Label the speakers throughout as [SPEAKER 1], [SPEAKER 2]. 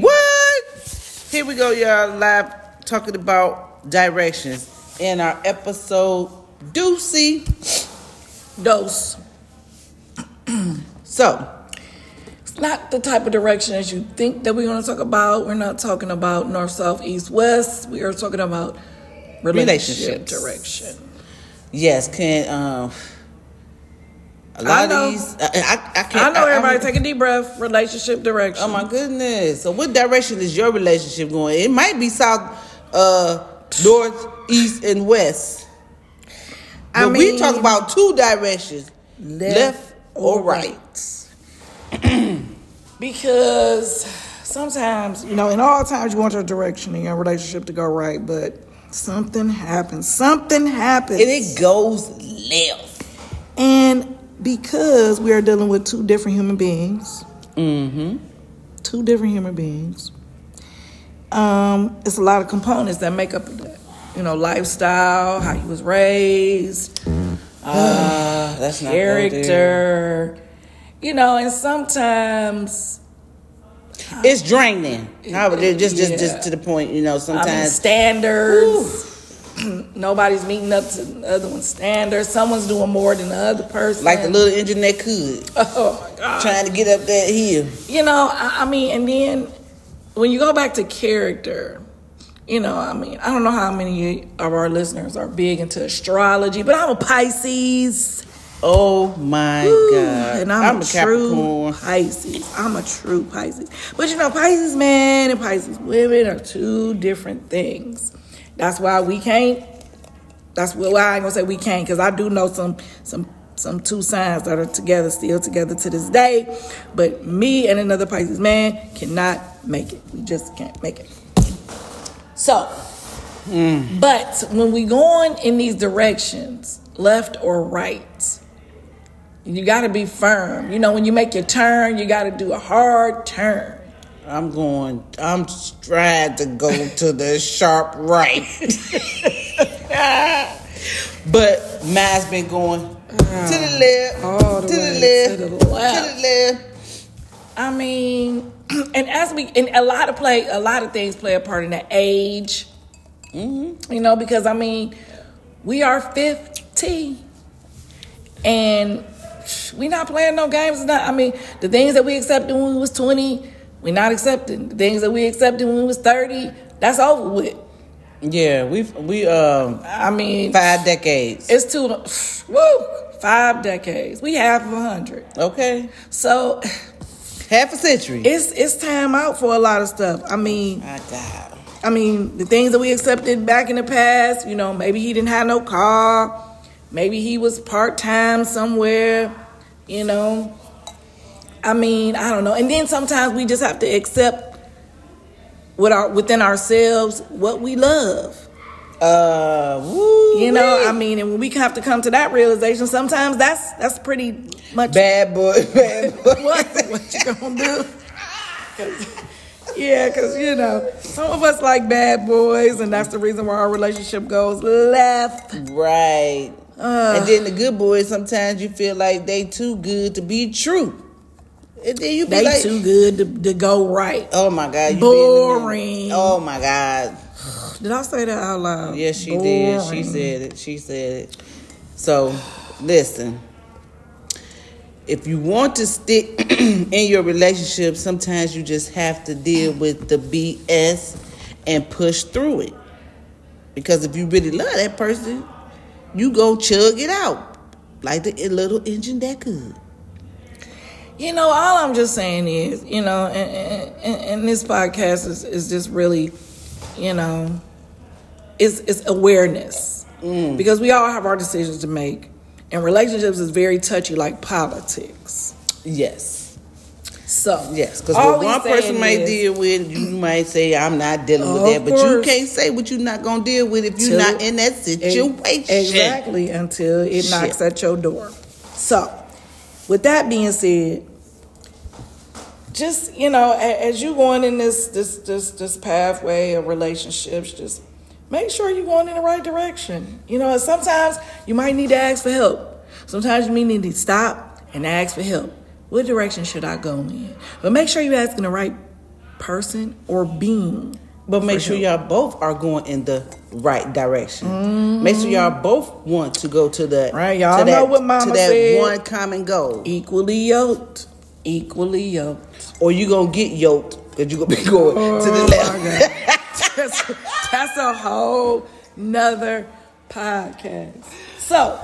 [SPEAKER 1] 51. Here we go, y'all, live talking about directions in our episode Doozy Dose. so,
[SPEAKER 2] It's not the type of direction that you think that we're going to talk about. We're not talking about north, south, east, west. We are talking about relationship
[SPEAKER 1] Relationships.
[SPEAKER 2] direction.
[SPEAKER 1] yes, can um a lot
[SPEAKER 2] know.
[SPEAKER 1] of these I, I, I
[SPEAKER 2] I
[SPEAKER 1] can't
[SPEAKER 2] know
[SPEAKER 1] I- I-
[SPEAKER 2] everybody. Take a deep breath. Relationship direction.
[SPEAKER 1] Oh my goodness. So what direction is your relationship going? It might be south, uh, north, east, and west.
[SPEAKER 2] I
[SPEAKER 1] But we
[SPEAKER 2] mean-
[SPEAKER 1] talk about two directions. Left, or right.
[SPEAKER 2] because sometimes you know in all times you want your direction in your relationship to go right but something happens something happens
[SPEAKER 1] And it goes left.
[SPEAKER 2] and because we are dealing with two different human beings two different human beings um it's a lot of components that make up that you know lifestyle how you was raised
[SPEAKER 1] Uh, that's not gonna do.
[SPEAKER 2] character you know and sometimes
[SPEAKER 1] It's draining. How about it? Just, just,
[SPEAKER 2] Yeah.
[SPEAKER 1] just to the point. You know,
[SPEAKER 2] I mean,
[SPEAKER 1] sometimes
[SPEAKER 2] standards. Nobody's meeting up to the other one's standards. Someone's doing more than the other person.
[SPEAKER 1] like the little engine that could,
[SPEAKER 2] oh my god!
[SPEAKER 1] trying to get up that hill.
[SPEAKER 2] You know, I, I mean, and then when you go back to character, you know, I mean, I don't know how many of our listeners are big into astrology, but I'm a Pisces.
[SPEAKER 1] Oh my
[SPEAKER 2] Ooh,
[SPEAKER 1] god!
[SPEAKER 2] And I'm, a, true
[SPEAKER 1] Capricorn.
[SPEAKER 2] Pisces. I'm a true Pisces. But you know, Pisces men and Pisces women are two different things. That's why we can't. That's why I ain't gonna say we can't, because I do know some some some two signs that are together, still together to this day. But me and another Pisces man cannot make it. We just can't make it. So,
[SPEAKER 1] Hmm.
[SPEAKER 2] but when we going in these directions, left or right, you got to be firm. You know, when you make your turn, you got to do a hard turn.
[SPEAKER 1] I'm going. I'm trying to go to the sharp right. but mine's been going to the left,
[SPEAKER 2] Ah, All the
[SPEAKER 1] to, the
[SPEAKER 2] way
[SPEAKER 1] left
[SPEAKER 2] to the
[SPEAKER 1] to
[SPEAKER 2] left.
[SPEAKER 1] the left.
[SPEAKER 2] I mean, and as we and a lot of play, a lot of things play a part in the age. You know, because I mean, we are fifty, and we not playing no games. It's Not, I mean, the things that we accepted when we was twenty, we not accepting. The things that we accepted when we was thirty, that's over with.
[SPEAKER 1] Yeah, we we um
[SPEAKER 2] I mean,
[SPEAKER 1] five decades.
[SPEAKER 2] It's too woo five decades. We have a hundred,
[SPEAKER 1] Okay,
[SPEAKER 2] so
[SPEAKER 1] half a century.
[SPEAKER 2] it's it's time out for a lot of stuff. I mean,
[SPEAKER 1] My God.
[SPEAKER 2] I mean the things that we accepted back in the past. You know, maybe he didn't have no car, maybe he was part time somewhere. You know, I mean, I don't know. And then sometimes we just have to accept with our within ourselves what we love.
[SPEAKER 1] Uh, woo.
[SPEAKER 2] You know, I mean, and when we have to come to that realization, sometimes that's that's pretty much
[SPEAKER 1] bad boy, bad boy.
[SPEAKER 2] what what you gonna do? 'Cause- yeah, because you know, some of us like bad boys, and that's the reason why our relationship goes left.
[SPEAKER 1] Right.
[SPEAKER 2] Uh.
[SPEAKER 1] and then the good boys, sometimes you feel like they too good to be true. And then you be
[SPEAKER 2] They
[SPEAKER 1] like,
[SPEAKER 2] too good to, to go right.
[SPEAKER 1] oh my God. You be in the middle.
[SPEAKER 2] Boring.
[SPEAKER 1] Oh my God.
[SPEAKER 2] Did I say that out loud?
[SPEAKER 1] Yes, she did. She
[SPEAKER 2] Boring.
[SPEAKER 1] said it. She said it. So, listen. If you want to stick in your relationship, sometimes you just have to deal with the BS and push through it. Because if you really love that person, you go chug it out like the little engine that could.
[SPEAKER 2] You know, all I'm just saying is, you know, and, and, and this podcast is, is just really, you know, it's, it's awareness.
[SPEAKER 1] Mm.
[SPEAKER 2] Because we all have our decisions to make. And relationships is very touchy, like politics.
[SPEAKER 1] Yes.
[SPEAKER 2] So,
[SPEAKER 1] Yes, because
[SPEAKER 2] all
[SPEAKER 1] what
[SPEAKER 2] we
[SPEAKER 1] one
[SPEAKER 2] saying
[SPEAKER 1] person might
[SPEAKER 2] is,
[SPEAKER 1] deal with, you might say, "I'm not dealing with
[SPEAKER 2] Of
[SPEAKER 1] that," but you
[SPEAKER 2] course.
[SPEAKER 1] can't say what you're not gonna deal with if you're
[SPEAKER 2] Till-
[SPEAKER 1] not in that situation.
[SPEAKER 2] Exactly, until it
[SPEAKER 1] Shit.
[SPEAKER 2] knocks at your door. So, with that being said, just you know, a- as you going in this this this this pathway of relationships, just make sure you're going in the right direction. You know, and sometimes you might need to ask for help. Sometimes you may need to stop and ask for help. What direction should I go in? But make sure you're asking the right person or being.
[SPEAKER 1] But make
[SPEAKER 2] For
[SPEAKER 1] sure
[SPEAKER 2] help.
[SPEAKER 1] y'all both are going in the right direction. Make sure y'all both want to go to the
[SPEAKER 2] Mm-hmm. Right, y'all
[SPEAKER 1] to
[SPEAKER 2] know what mama
[SPEAKER 1] to that
[SPEAKER 2] said.
[SPEAKER 1] one common goal.
[SPEAKER 2] Equally yoked. Equally yoked.
[SPEAKER 1] Or you gonna get yoked because you gonna be going
[SPEAKER 2] Oh,
[SPEAKER 1] to the left.
[SPEAKER 2] that's, that's a whole nother podcast. So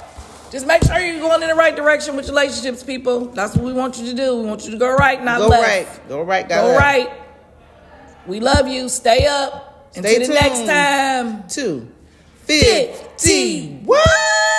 [SPEAKER 2] just make sure you're going in the right direction with your relationships, people. That's what we want you to do. We want you to go right, not
[SPEAKER 1] Go
[SPEAKER 2] left.
[SPEAKER 1] right, go right,
[SPEAKER 2] Go
[SPEAKER 1] go right.
[SPEAKER 2] right. We love you. Stay up.
[SPEAKER 1] Stay
[SPEAKER 2] Until the next
[SPEAKER 1] tuned.
[SPEAKER 2] time.
[SPEAKER 1] Two,
[SPEAKER 2] Fifty.
[SPEAKER 1] fifty. What?